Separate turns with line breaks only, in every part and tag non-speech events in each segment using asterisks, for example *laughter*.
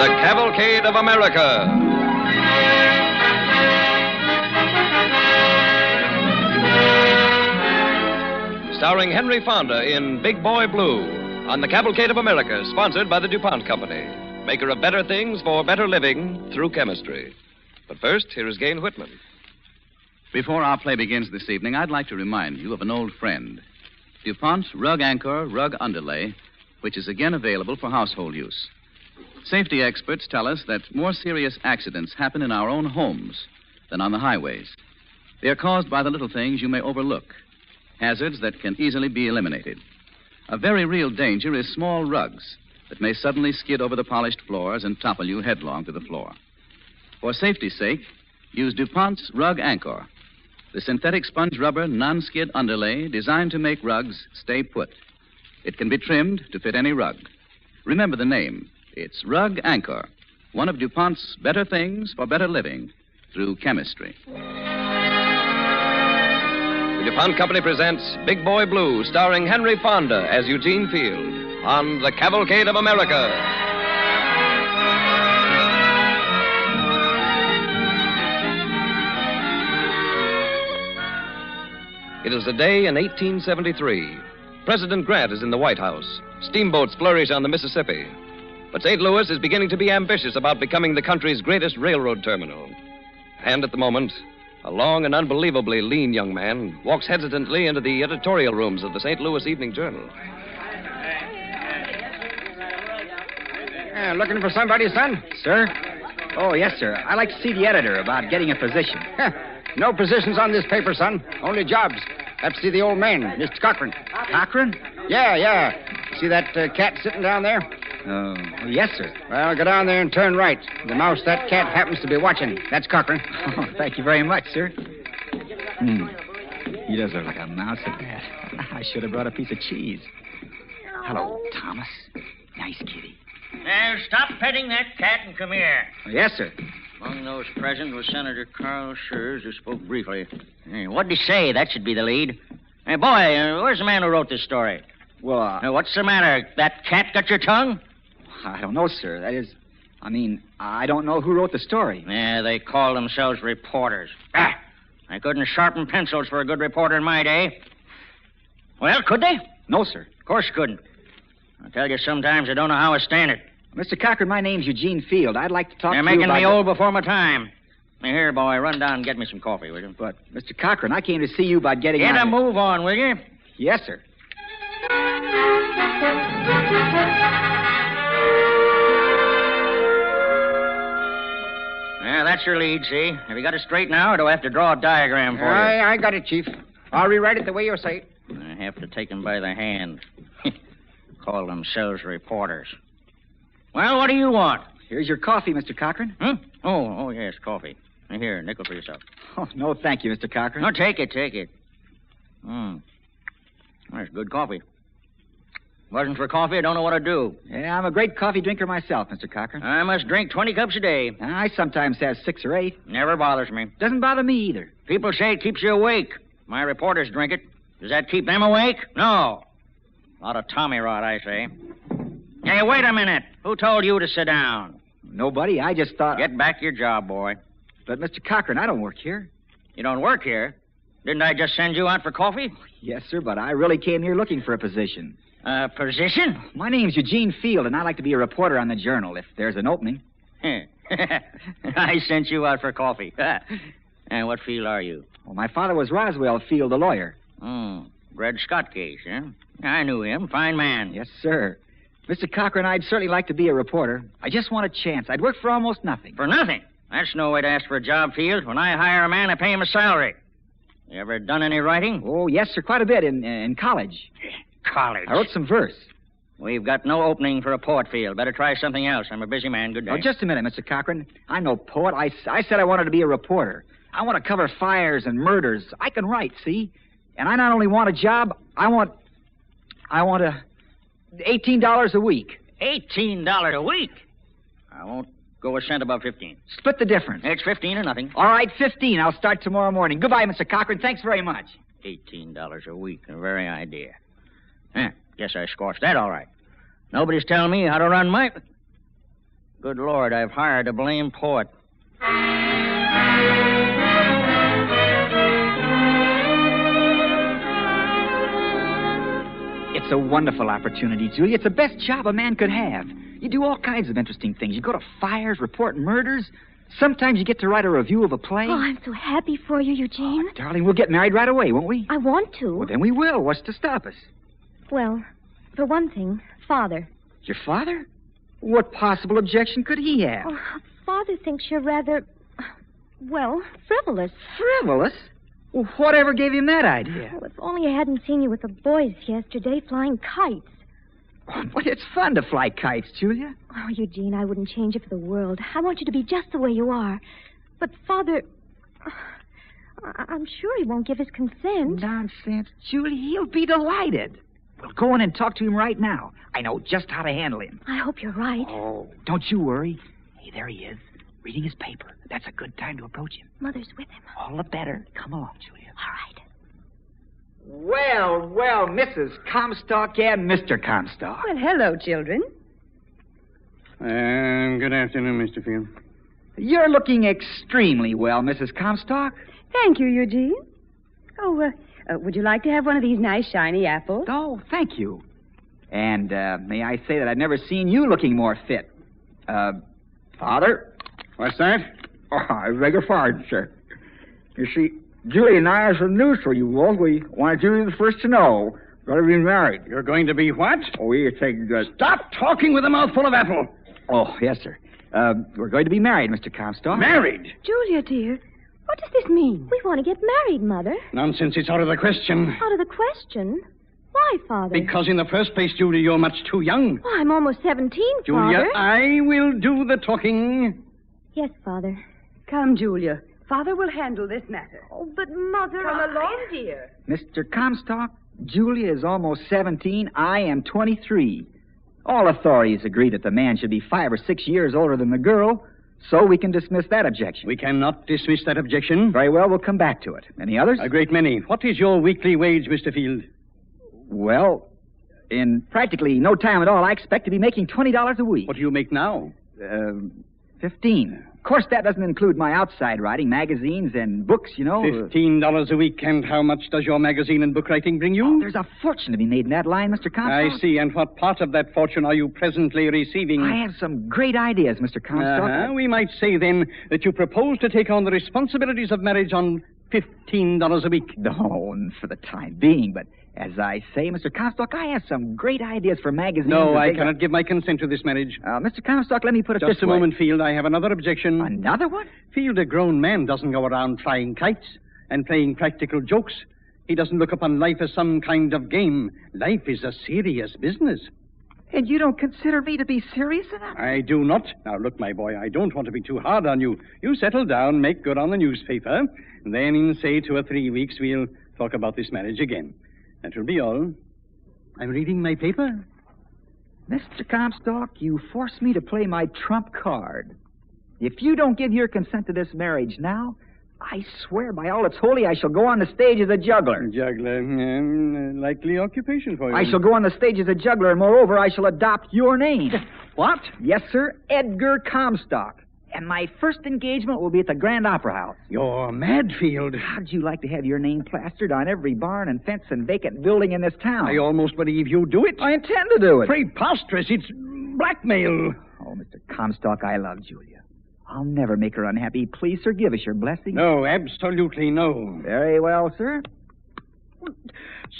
The Cavalcade of America. Starring Henry Fonda in Big Boy Blue on the Cavalcade of America, sponsored by the DuPont Company, maker of better things for better living through chemistry. But first, here is Gain Whitman.
Before our play begins this evening, I'd like to remind you of an old friend DuPont's Rug Anchor Rug Underlay, which is again available for household use. Safety experts tell us that more serious accidents happen in our own homes than on the highways. They are caused by the little things you may overlook, hazards that can easily be eliminated. A very real danger is small rugs that may suddenly skid over the polished floors and topple you headlong to the floor. For safety's sake, use DuPont's Rug Anchor, the synthetic sponge rubber non skid underlay designed to make rugs stay put. It can be trimmed to fit any rug. Remember the name it's Rug Anchor, one of DuPont's better things for better living through chemistry.
The DuPont Company presents Big Boy Blue, starring Henry Fonda as Eugene Field on the Cavalcade of America. It is a day in 1873. President Grant is in the White House. Steamboats flourish on the Mississippi. But St. Louis is beginning to be ambitious about becoming the country's greatest railroad terminal. And at the moment, a long and unbelievably lean young man walks hesitantly into the editorial rooms of the St. Louis Evening Journal.
Yeah, Uh, looking for somebody, son? Sir? Oh, yes, sir. I'd like to see the editor about getting a position. no positions on this paper, son. Only jobs. Have to see the old man, Mr. Cochran. Cochran? Yeah, yeah. See that uh, cat sitting down there?
Oh,
yes, sir. Well, go down there and turn right. The mouse that cat happens to be watching. That's Cochran.
Oh, *laughs* thank you very much, sir. Hmm. He does look like a mouse at that. *laughs* I should have brought a piece of cheese. Hello, Thomas. Nice kitty.
Now, stop petting that cat and come here.
Oh,
yes, sir.
Among those present was Senator Carl Schurz, who spoke Oh, briefly. Hey, what'd he say? That should be the lead. Hey, boy, uh, where's the man who wrote this story?
Well, uh,
Uh, what's the matter? That cat got your tongue?
I don't know, sir. That is, I mean, I don't know who wrote the story.
Yeah, they call themselves reporters. Ah, I couldn't sharpen pencils for a good reporter in my day. Well, could they?
No, sir.
Of course you couldn't. I tell you, sometimes I don't know how I stand it.
Mr. Cochran, my name's Eugene Field. I'd like to talk
They're
to you
making
about
me
the-
old before my time. Now, Here, boy, run down and get me some coffee, will you?
But, Mr. Cochran, I came to see you about getting
Get
out
a
of-
move on, will you?
Yes, sir.
Yeah, that's your lead, see? Have you got it straight now, or do I have to draw a diagram for you?
I, I got it, Chief. I'll rewrite it the way you say it.
I have to take them by the hand. *laughs* Call themselves reporters. Well, what do you want?
Here's your coffee, Mr. Cochran.
Huh? Oh, oh, yes, coffee. Here, nickel for yourself.
Oh, no, thank you, Mr. Cochran.
No, take it, take it. Hmm. That's good coffee. Wasn't for coffee, I don't know what I'd do.
Yeah, I'm a great coffee drinker myself, Mr. Cochran.
I must drink 20 cups a day.
I sometimes have six or eight.
Never bothers me.
Doesn't bother me either.
People say it keeps you awake. My reporters drink it. Does that keep them awake? No. A lot of Tommy rot, I say. Hey, Hey, wait a minute. Who told you to sit down?
Nobody. I just thought.
Get back your job, boy.
But, Mr. Cochran, I don't work here.
You don't work here. Didn't I just send you out for coffee?
Yes, sir, but I really came here looking for a position.
Uh, position?
My name's Eugene Field, and I'd like to be a reporter on the Journal if there's an opening.
*laughs* I sent you out for coffee. *laughs* and what field are you?
Well, my father was Roswell Field, the lawyer.
Hmm. Red Scott case, huh? I knew him. Fine man.
Yes, sir. Mr. Cochran, I'd certainly like to be a reporter. I just want a chance. I'd work for almost nothing.
For nothing. That's no way to ask for a job, Field. When I hire a man, I pay him a salary. You ever done any writing?
Oh, yes, sir, quite a bit in, in college.
College.
I wrote some verse.
We've got no opening for a port field. Better try something else. I'm a busy man. Good day.
Oh, just a minute, Mr. Cochran. I'm no poet. I, I said I wanted to be a reporter. I want to cover fires and murders. I can write, see? And I not only want a job, I want. I want a. $18 a week.
Eighteen dollars a week. I won't go a cent above fifteen.
Split the difference.
It's fifteen or nothing.
All right, 15. I'll start tomorrow morning. Goodbye, Mr. Cochran. Thanks very much.
Eighteen dollars a week. The very idea. Huh. Guess I squashed that all right. Nobody's telling me how to run my. Good Lord, I've hired a blame poet.
It's a wonderful opportunity, Julie. It's the best job a man could have. You do all kinds of interesting things. You go to fires, report murders. Sometimes you get to write a review of a play.
Oh, I'm so happy for you, Eugene.
Oh,
Darling, we'll get married right away, won't we?
I want to.
Well, then we will. What's to stop us?
Well, for one thing, Father.
Your father? What possible objection could he have?
Oh, Father thinks you're rather, well, frivolous.
Frivolous? Well, whatever gave him that idea?
Oh, if only I hadn't seen you with the boys yesterday flying kites.
But it's fun to fly kites, Julia.
Oh, Eugene, I wouldn't change it for the world. I want you to be just the way you are. But Father, I- I'm sure he won't give his consent.
Nonsense. Julie, he'll be delighted. Well, go in and talk to him right now. I know just how to handle him.
I hope you're right.
Oh, don't you worry. Hey, there he is, reading his paper. That's a good time to approach him.
Mother's with him.
Oh.
All the better. Come along, Julia.
All right.
Well, well, Mrs. Comstock and Mr. Comstock.
Well, hello, children.
Um, good afternoon, Mr. Field.
You're looking extremely well, Mrs. Comstock.
Thank you, Eugene. Oh, uh, uh, would you like to have one of these nice, shiny apples?
Oh, thank you. And uh, may I say that I've never seen you looking more fit. Uh, Father?
What's that?
Oh, I beg your pardon, sir. You see, Julie and I have some news for you both. We wanted you to be the first to know. Going to be married.
You're going to be what?
Oh, we take good.
Stop talking with a mouthful of apple.
Oh, yes, sir. Uh, we're going to be married, Mr. Comstock.
Married?
Julia, dear, what does this mean?
We want to get married, Mother.
Nonsense, it's out of the question.
Out of the question. Why, Father?
Because in the first place, Julia, you're much too young.
Oh, I'm almost 17,
Julia,
Father.
I will do the talking.
Yes, Father.
Come, Julia. Father will handle this matter.
Oh, but Mother.
Come along, dear.
Mr. Comstock, Julia is almost 17. I am 23. All authorities agree that the man should be five or six years older than the girl, so we can dismiss that objection.
We cannot dismiss that objection.
Very well, we'll come back to it. Any others?
A great many. What is your weekly wage, Mr. Field?
Well, in practically no time at all, I expect to be making $20 a week.
What do you make now?
Um, 15. Of course, that doesn't include my outside writing, magazines and books, you know.
Fifteen dollars a week, and how much does your magazine and book writing bring you?
Oh, there's a fortune to be made in that line, Mr. Comstock.
I see. And what part of that fortune are you presently receiving?
I have some great ideas, Mr. Comstock.
Uh-huh. We might say then that you propose to take on the responsibilities of marriage on fifteen dollars a week.
No, for the time being, but as I say, Mr. Comstock, I have some great ideas for magazines.
No,
and
I
big-
cannot give my consent to this marriage.
Uh, Mr. Comstock, let me put it
Just
this
a
way.
moment, Field. I have another objection.
Another one?
Field, a grown man doesn't go around flying kites and playing practical jokes. He doesn't look upon life as some kind of game. Life is a serious business.
And you don't consider me to be serious enough?
I do not. Now, look, my boy, I don't want to be too hard on you. You settle down, make good on the newspaper. and Then, in, say, two or three weeks, we'll talk about this marriage again. That will be all. I'm reading my paper.
Mr. Comstock, you force me to play my trump card. If you don't give your consent to this marriage now, I swear by all that's holy, I shall go on the stage as a juggler.
Juggler, um, likely occupation for you.
I shall go on the stage as a juggler, and moreover, I shall adopt your name. *laughs* what? Yes, sir, Edgar Comstock. And my first engagement will be at the Grand Opera House.
You're mad, Field.
How'd you like to have your name plastered on every barn and fence and vacant building in this town?
I almost believe you do it.
I intend to do it.
Preposterous. It's blackmail.
Oh, Mr. Comstock, I love Julia. I'll never make her unhappy. Please, sir, give us your blessing.
No, absolutely no.
Very well, sir.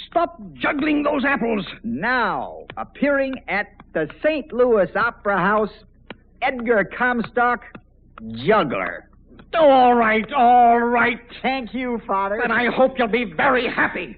Stop juggling those apples.
Now, appearing at the St. Louis Opera House, Edgar Comstock, juggler.
Oh, all right, all right.
Thank you, Father.
And I hope you'll be very happy.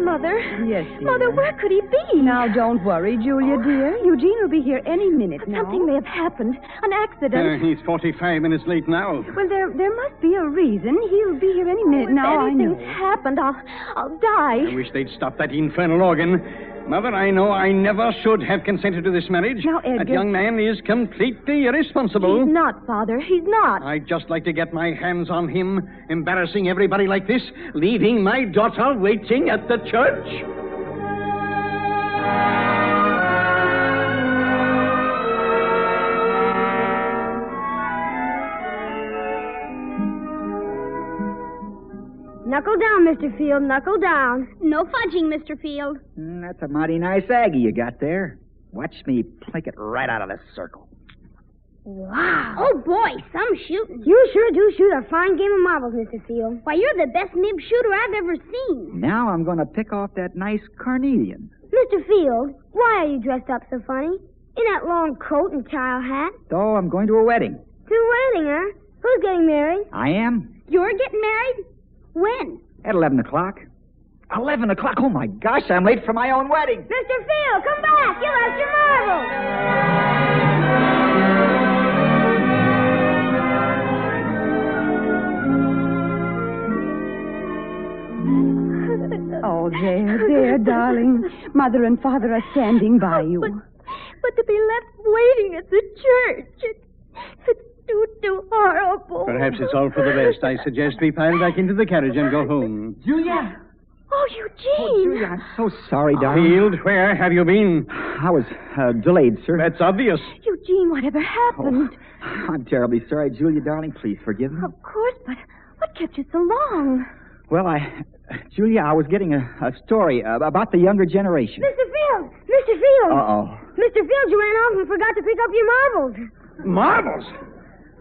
Mother?
Yes, dear.
Mother, where could he be? Oh.
Now, don't worry, Julia, dear. Eugene will be here any minute now.
Something may have happened. An
Uh,
accident.
he's 45 minutes late now.
well, there there must be a reason. He'll be here any minute
Oh, if
now. I
anything's
know. happened, I'll I'll
I
die.
wish they'd stop that infernal organ. Mother, I know I never should have consented to this marriage.
Now, Edgar-
That young man is completely irresponsible.
He's not, Father. He's not.
I'd just like to get my hands on him, embarrassing everybody like this, leaving my daughter waiting at the church.
Knuckle down, Mr. Field. Knuckle down. No fudging, Mr. Field.
Mm, that's a mighty nice Aggie you got there. Watch me plink it right out of the circle.
Wow. Oh, boy, some shooting. You sure do shoot a fine game of marbles, Mr. Field. Why, you're the best nib shooter I've ever seen.
Now I'm going to pick off that nice carnelian.
Mr. Field, why are you dressed up so funny? In that long coat and tile hat?
Oh, I'm going to a wedding.
To a wedding, huh? Who's getting married?
I am
You're getting married? When?
at 11 o'clock. 11 o'clock? Oh, my gosh, I'm late for my own wedding.
Mr. Field, come back. You lost your marbles.
Oh, there, there, darling. Mother and father are standing by you.
But to be left waiting at the church, it, it's too, too horrible.
Perhaps it's all for the best. I suggest we pile back into the carriage and go home.
Julia!
Oh, Eugene! Julia.
So sorry, darling.
Field, where have you been?
I was uh, delayed, sir.
That's obvious.
Eugene, whatever happened?
Oh.
I'm terribly sorry, Julia, darling. Please forgive me.
Of course, but what kept you so long?
Well, I, Julia, I was getting a, a story uh, about the younger generation.
Mr. Field, Mr. Field.
Uh oh.
Mr. Field, you ran off and forgot to pick up your marbles.
Marbles?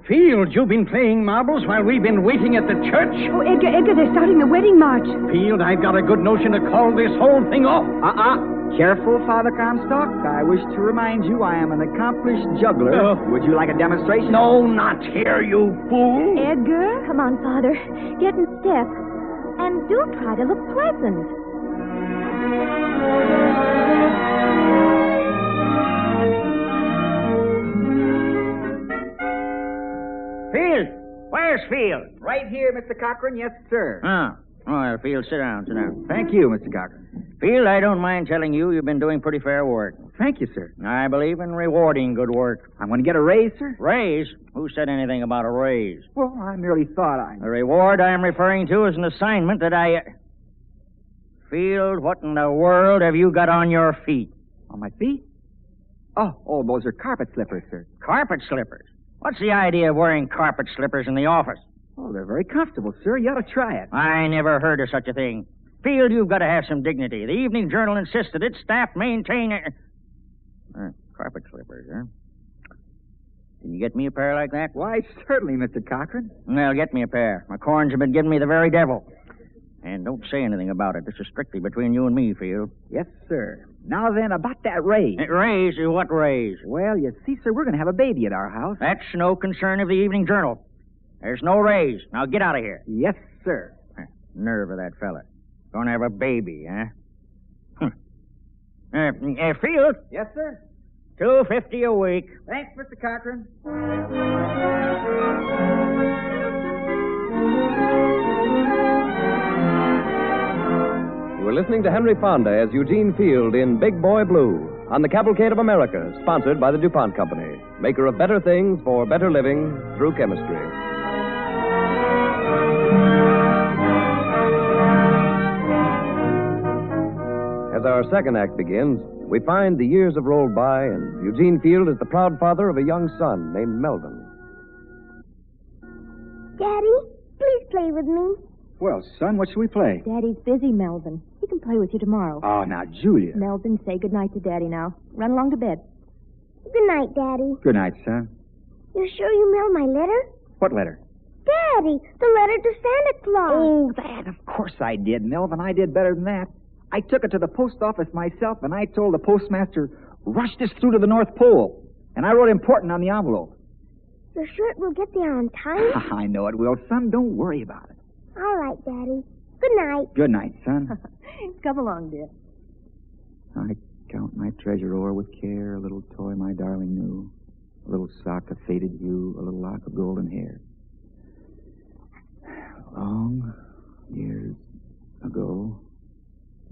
Field, you've been playing marbles while we've been waiting at the church?
Oh, Edgar, Edgar, they're starting the wedding march.
Field, I've got a good notion to call this whole thing off.
Uh-uh. Careful, Father Comstock. I wish to remind you I am an accomplished juggler.
Oh.
Would you like a demonstration?
No, not here, you fool.
Edgar?
Come on, Father. Get in step. And do try to look pleasant.
Field! Where's Field?
Right here, Mr. Cochran. Yes, sir.
Ah. All right, Field, sit down, sit down.
Thank you, Mr. Cochran.
Field, I don't mind telling you you've been doing pretty fair work.
Thank you, sir.
I believe in rewarding good work.
I'm going to get a raise, sir.
Raise? Who said anything about a raise?
Well, I merely thought I.
The reward I'm referring to is an assignment that I. Field, what in the world have you got on your feet?
On my feet? Oh, oh, those are carpet slippers, sir.
Carpet slippers. What's the idea of wearing carpet slippers in the office?
Oh, they're very comfortable, sir. You ought to try it.
I never heard of such a thing. Field, you've got to have some dignity. The Evening Journal insisted its staff maintain it. Uh, carpet slippers, huh? Can you get me a pair like that?
Why, certainly, Mr. Cochran.
Well, get me a pair. My corns have been giving me the very devil. And don't say anything about it. This is strictly between you and me, Field.
Yes, sir. Now then, about that raise.
It raise? What raise?
Well, you see, sir, we're going to have a baby at our house.
That's no concern of the Evening Journal. There's no raise. Now get out of here.
Yes, sir.
Nerve of that fella. Gonna have a baby,
eh?
huh? Huh. Uh, uh, Field,
Yes, sir.
two fifty a week.
Thanks, Mr. Cochran.
We're listening to Henry Fonda as Eugene Field in Big Boy Blue on the Cavalcade of America, sponsored by the DuPont Company, maker of better things for better living through chemistry. As our second act begins, we find the years have rolled by, and Eugene Field is the proud father of a young son named Melvin.
Daddy, please play with me.
Well, son, what shall we play?
Daddy's busy, Melvin. He can play with you tomorrow.
Oh, now, Julia.
Melvin, say goodnight to Daddy now. Run along to bed.
Good night, Daddy.
Good night, son.
You're sure you mailed my letter?
What letter?
Daddy, the letter to Santa Claus.
Oh, that. Of course I did, Melvin. I did better than that. I took it to the post office myself, and I told the postmaster, rush this through to the North Pole. And I wrote important on the envelope. *laughs*
You're sure it will get there on time?
I know it will, son. Don't worry about it.
All right, Daddy. Good night.
Good night, *laughs* son.
Come along, dear.
I count my treasure o'er with care, a little toy my darling knew, a little sock of faded hue, a little lock of golden hair. Long years ago,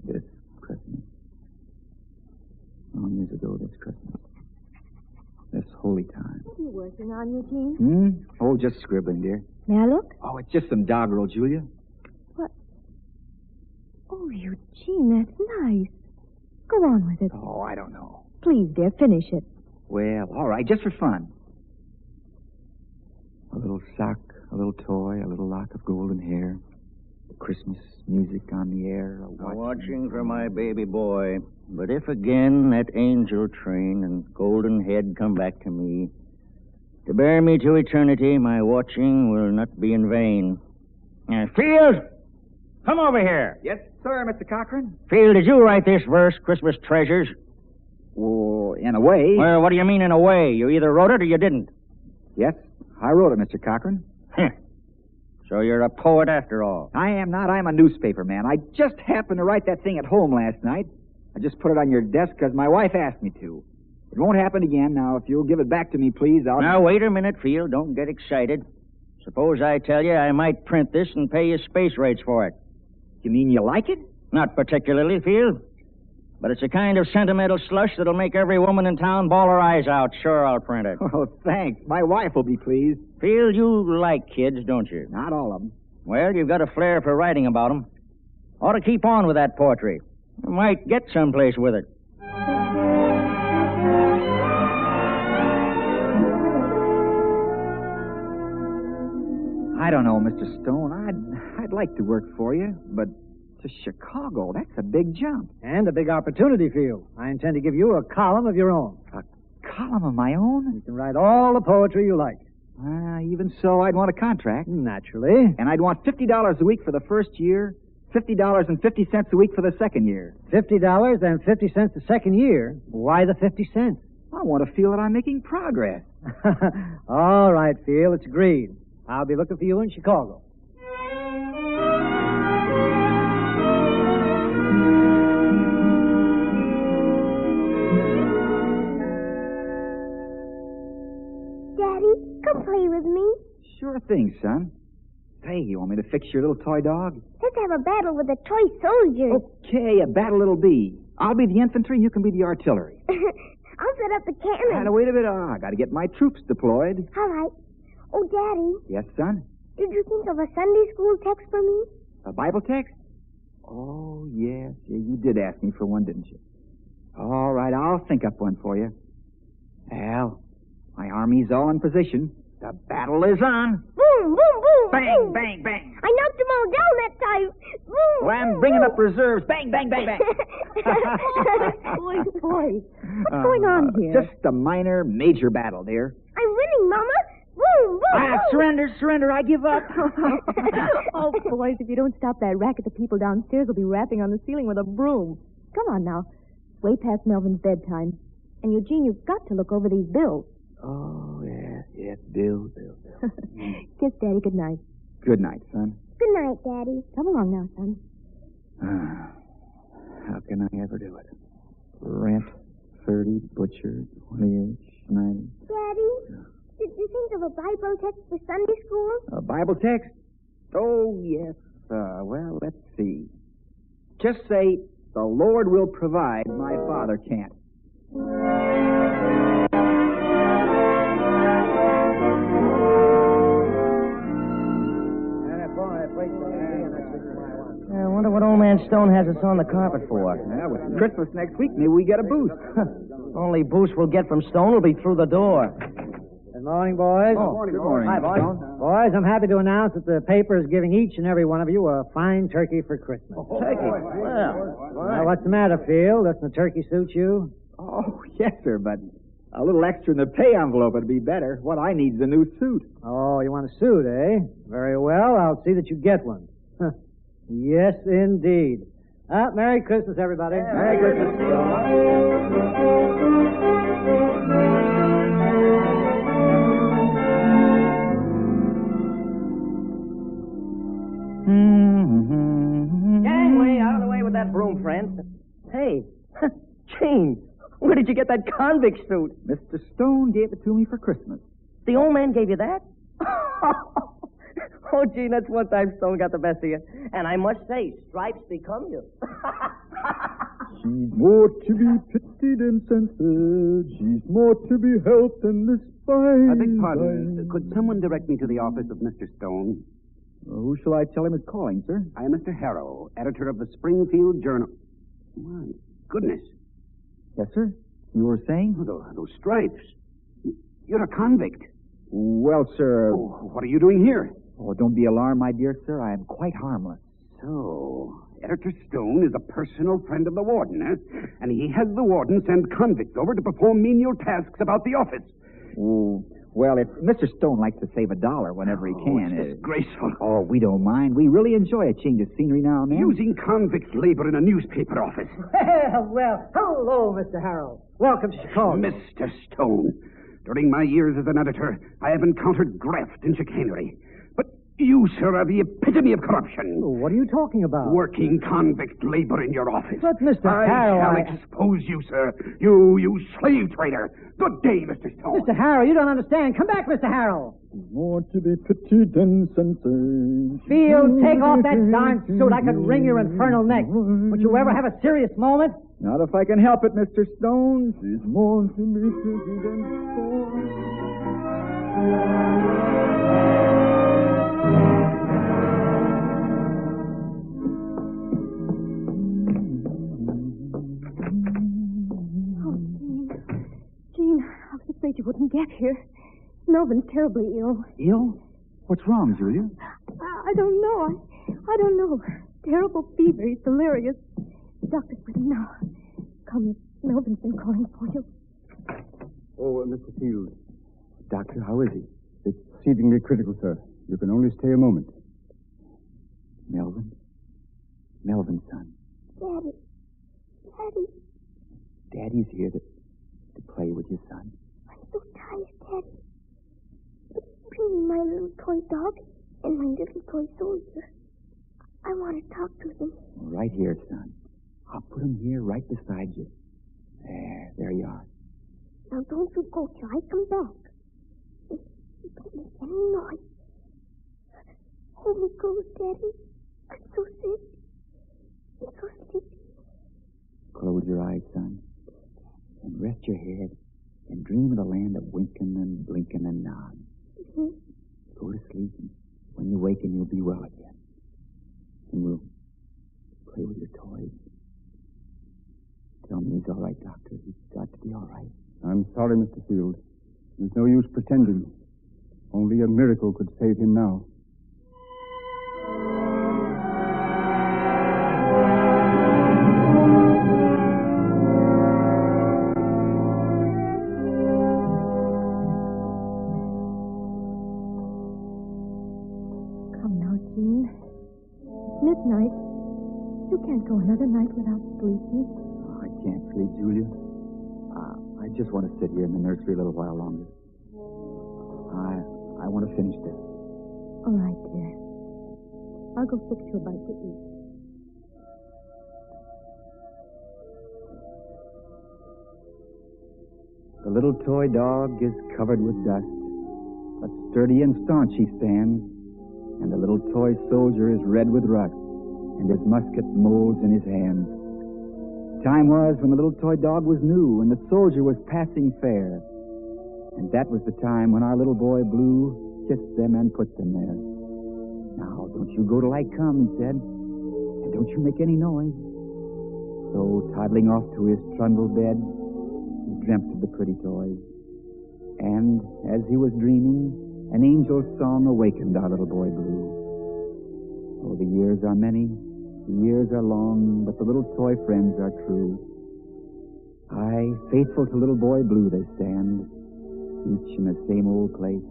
this Christmas, long years ago this Christmas, this holy time.
What are you working on, Eugene?
Hmm? Oh, just scribbling, dear.
May I look?
Oh, it's just some doggerel, Julia.
Oh, Eugene, that's nice. Go on with it.
Oh, I don't know.
Please, dear, finish it.
Well, all right, just for fun. A little sock, a little toy, a little lock of golden hair. Christmas music on the air. A watch.
Watching for my baby boy. But if again that angel train and golden head come back to me, to bear me to eternity, my watching will not be in vain. Now, Field, come over here.
Yes, sir, Mr. Cochran.
Field, did you write this verse, Christmas Treasures?
Well, Oh, in a way.
Well, what do you mean in a way? You either wrote it or you didn't.
Yes, I wrote it, Mr. Cochran.
So you're a poet after all.
I am not. I'm a newspaper man. I just happened to write that thing at home last night. I just put it on your desk because my wife asked me to. It won't happen again. Now, if you'll give it back to me, please, I'll.
Now, wait a minute, Field. Don't get excited. Suppose I tell you I might print this and pay you space rates for it.
You mean you like it?
Not particularly, Field. But it's a kind of sentimental slush that'll make every woman in town ball her eyes out. Sure, I'll print it.
Oh, thanks. My wife will be pleased.
Field, you like kids, don't you?
Not all of them.
Well, you've got a flair for writing about 'em. Ought to keep on with that poetry. You might get someplace with it.
I don't know, Mr. Stone. I'd, I'd like to work for you, but to Chicago, that's a big jump.
And a big opportunity for you. I intend to give you a column of your own.
Column of my own?
You can write all the poetry you like.
Uh, even so, I'd want a contract.
Naturally.
And I'd want $50 a week for the first year, $50.50 a week for the second year.
Fifty dollars and fifty cents the second year. Why the fifty cents?
I want to feel that I'm making progress.
*laughs* all right, Phil, it's agreed. I'll be looking for you in Chicago.
Daddy, come play with me.
Sure thing, son. Hey, you want me to fix your little toy dog?
Let's have a battle with a toy soldier.
Okay, a battle it'll be. I'll be the infantry, you can be the artillery.
Oh.
*laughs* I'll set up the cannon.
Now, wait a minute. Ah, I gotta get my troops deployed.
All right. Oh, Daddy,
Yes, son?
did you think of a Sunday school text for me?
A Bible text? Oh, yes. Yeah, you did ask me for one, didn't you? All right, I'll think up one for you. Well, my army's all in position. The battle is on.
Boom, boom, boom.
Bang,
boom.
bang, bang.
I knocked them all down that time. Boom.
Well, I'm
boom,
bringing
boom.
up reserves. Bang, bang,
*laughs*
bang, bang.
*laughs* boy, boy. What's going on
Uh,
here?
Just a minor, major battle, dear.
I'm winning, Mama. Boom, boom.
Ah,
boom.
surrender, surrender. I give up.
*laughs*
*laughs*
oh, boys, if you don't stop that racket, the people downstairs will be rapping on the ceiling with a broom. Come on now. It's way past Melvin's bedtime. And Eugene, you've got to look over these bills.
oh, yes, yes. Bill, Bill, Bill.
*laughs* Kiss Daddy good night.
Good night, son.
Good night, Daddy.
Come along now, son.
Ah, How can I ever do it? Rent, 30, butcher, 28, Schneider.
Daddy, did you think of a Bible text for Sunday school?
A Bible text? Oh, yes. Uh, well, let's see. Just say, The Lord will provide, my father can't.
I wonder what old man Stone has us on the carpet for.
with Christmas next week, maybe we get a boost.
*laughs* Only boost we'll get from Stone will be through the door.
Good morning, boys.
Oh, Good morning, good morning,
Hi, boys. Boys, I'm happy to announce that the paper is giving each and every one of you a fine turkey for Christmas.
Turkey.
Now, what's the matter, Field? Doesn't the turkey suit you?
Oh, *laughs* yes, sir, but a little extra in the pay envelope would be better. What I need's a new suit.
Oh, you want a suit, eh? Very well. I'll see that you get one. *laughs* Huh. yes, indeed. Uh, Merry Christmas, everybody. Merry,
Gangway, out of the way with that broom, friend. Hey, *laughs* Jane, where did you get that convict suit?
Mr. Stone gave it to me for Christmas.
The old man gave you that? *laughs* oh, Gene, that's one time Stone got the best of you. And I must say, stripes become you. *laughs*
She's more to be pitied and censured. She's more to be helped and despised.
I beg pardon. Could someone direct me to the office of Mr. Stone?
Uh, Who shall I tell him is calling, sir?
I am Mr. Harrow, editor of the Springfield Journal. My goodness.
Yes, sir. You were saying?
Those, those stripes. Y- You're a convict.
Well, sir.
what are you doing here?
Oh, don't be alarmed, my dear sir. I am quite harmless.
So, Oh, Editor Stone is a personal friend of the warden, eh? And he has the warden send convicts over to perform menial tasks about the office.
Oh, well, if Mr. Stone likes to save a dollar whenever he can.
it's disgraceful.
Oh, we don't mind. We really enjoy a change of scenery now and then.
Using convict labor in a newspaper office.
Oh. Well, *laughs* well, hello, Mr. Harrell. Welcome to Chicago.
Mr. Oh, Stone, during my years as an editor, I have encountered graft and chicanery. But you, sir, are the epitome of corruption.
What are you talking about?
Oh,
Working convict labor in your office.
But, Mr.
I
Harrow,
shall
I-
expose you, sir. You, you slave trader. Good day, Mr. Stone.
Mr. Harrell, you don't understand. Come back, Mr. Harrell.
More to be pitied and censured.
Field, take off that darn suit. I could wring your infernal neck. Would you ever have a serious moment?
Not if I can help it, Mr. Stone. She's more to be pitied and
Jean, I was afraid you wouldn't get here. Melvin's terribly ill.
Ill? What's wrong, Julia?
I, I don't know. I, I don't know. Terrible fever. He's delirious. The doctor's with him now. Come, Melvin's been calling for you.
Oh, uh, Mr. Field. Doctor, how is he? It's exceedingly critical, sir. You can only stay a moment.
Melvin? Melvin, son.
Daddy. Daddy.
Daddy's here to, to play with your son.
so tired, Daddy. But bring me my little toy dog and my little toy soldier. I want to talk to them.
Right here, son. I'll put him here right beside you. There, there you are.
Now don't you go till I come back. If you don't make any noise. Home we go, Daddy. I'm so sick. I'm so sleepy.
Close your eyes, son. And rest your head and dream of the land of winking and blinking and nodding. Go to sleep, and when you waken, you'll be well again. And we'll play with your toys. Tell me he's all right, Doctor. He's got to be all right.
I'm sorry, Mr. Field. There's no use pretending. Only a miracle could save him now.
Come now, Jean. Midnight. You can't go another night without sleeping.
Oh, I can't sleep, Julia. Uh, I just want to sit here in the nursery a little while longer. I I want to finish this.
All right, dear. I'll go fix you a bite to eat.
The little toy dog is covered with dust, but sturdy and staunch he stands, and the little toy soldier is red with rust, and his musket molds in his hand. Time was when the little toy dog was new and the soldier was passing fair. And that was the time when our little boy Blue kissed them and put them there. Now, don't you go till I come, he said, and don't you make any noise. So, toddling off to his trundle bed, he dreamt of the pretty toys. And as he was dreaming, an angel song awakened our little boy Blue. Oh, the years are many, the years are long, but the little toy friends are true. Aye, faithful to little boy Blue they stand, each in the same old place,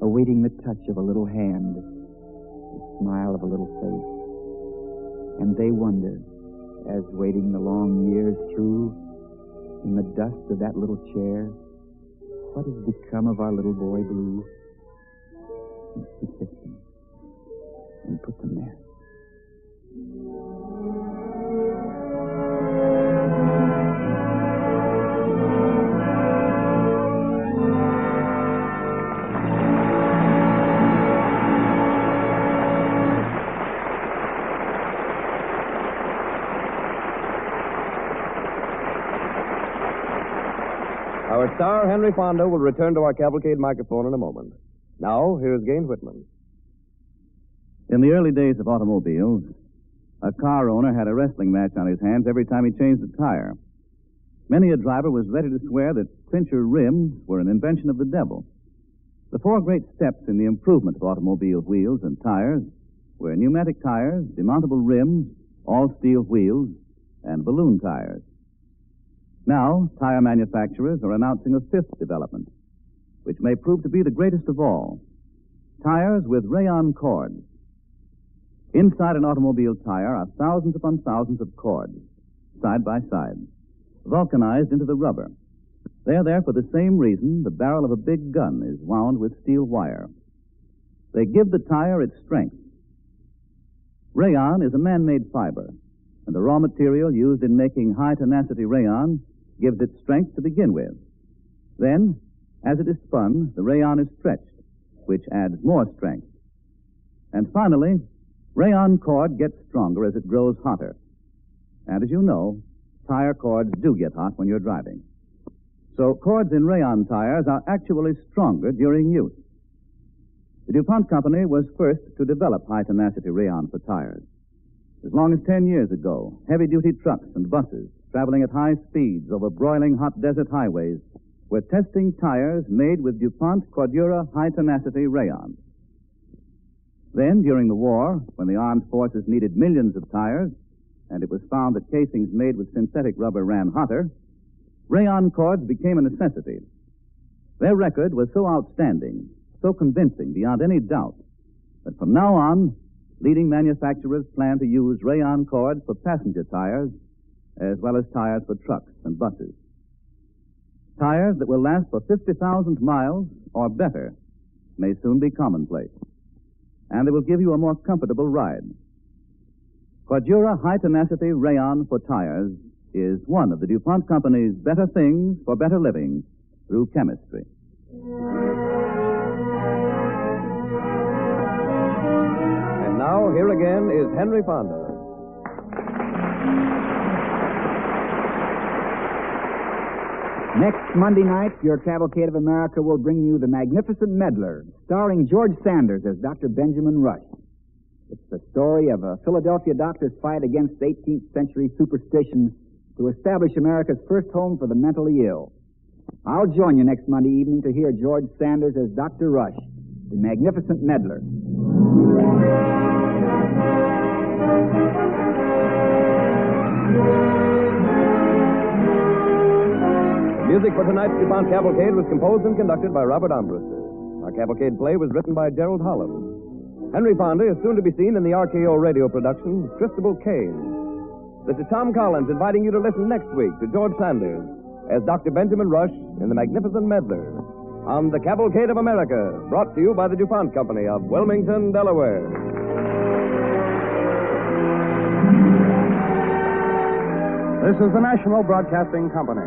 awaiting the touch of a little hand, the smile of a little face. And they wonder, as waiting the long years through, in the dust of that little chair, what has become of our little boy Blue? And she kissed him and put them there.
Our star, Henry Fonda, will return to our cavalcade microphone in a moment. Now, here is Gaines Whitman.
In the early days of automobiles, a car owner had a wrestling match on his hands every time he changed a tire. Many a driver was ready to swear that clincher rims were an invention of the devil. The four great steps in the improvement of automobile wheels and tires were pneumatic tires, demountable rims, all steel wheels, and balloon tires. Now, tire manufacturers are announcing a fifth development, which may prove to be the greatest of all tires with rayon cords. Inside an automobile tire are thousands upon thousands of cords, side by side, vulcanized into the rubber. They are there for the same reason the barrel of a big gun is wound with steel wire. They give the tire its strength. Rayon is a man made fiber, and the raw material used in making high tenacity rayon gives it strength to begin with. Then, as it is spun, the rayon is stretched, which adds more strength. And finally, rayon cord gets stronger as it grows hotter. And as you know, tire cords do get hot when you're driving. So cords in rayon tires are actually stronger during use. The DuPont Company was first to develop high tenacity rayon for tires. As long as 10 years ago, heavy duty trucks and buses traveling at high speeds over broiling hot desert highways were testing tires made with DuPont Cordura high tenacity rayon. Then, during the war, when the armed forces needed millions of tires, and it was found that casings made with synthetic rubber ran hotter, rayon cords became a necessity. Their record was so outstanding, so convincing beyond any doubt, that from now on, leading manufacturers plan to use rayon cords for passenger tires as well as tires for trucks and buses. Tires that will last for 50,000 miles or better may soon be commonplace, and they will give you a more comfortable ride. Cordura High Tenacity Rayon for Tires is one of the DuPont Company's better things for better living through chemistry.
And now, here again is Henry Fonda.
Next Monday night, your Cavalcade of America will bring you The Magnificent Meddler, starring George Sanders as Dr. Benjamin Rush. It's the story of a Philadelphia doctor's fight against 18th century superstition to establish America's first home for the mentally ill. I'll join you next Monday evening to hear George Sanders as Dr. Rush, The Magnificent Meddler.
Music for tonight's DuPont Cavalcade was composed and conducted by Robert Armbruster. Our cavalcade play was written by Gerald Holland. Henry Fonda is soon to be seen in the RKO radio production, Christabel Kane. This is Tom Collins inviting you to listen next week to George Sanders as Dr. Benjamin Rush in The Magnificent Meddler on The Cavalcade of America, brought to you by the DuPont Company of Wilmington, Delaware.
This is the National Broadcasting Company.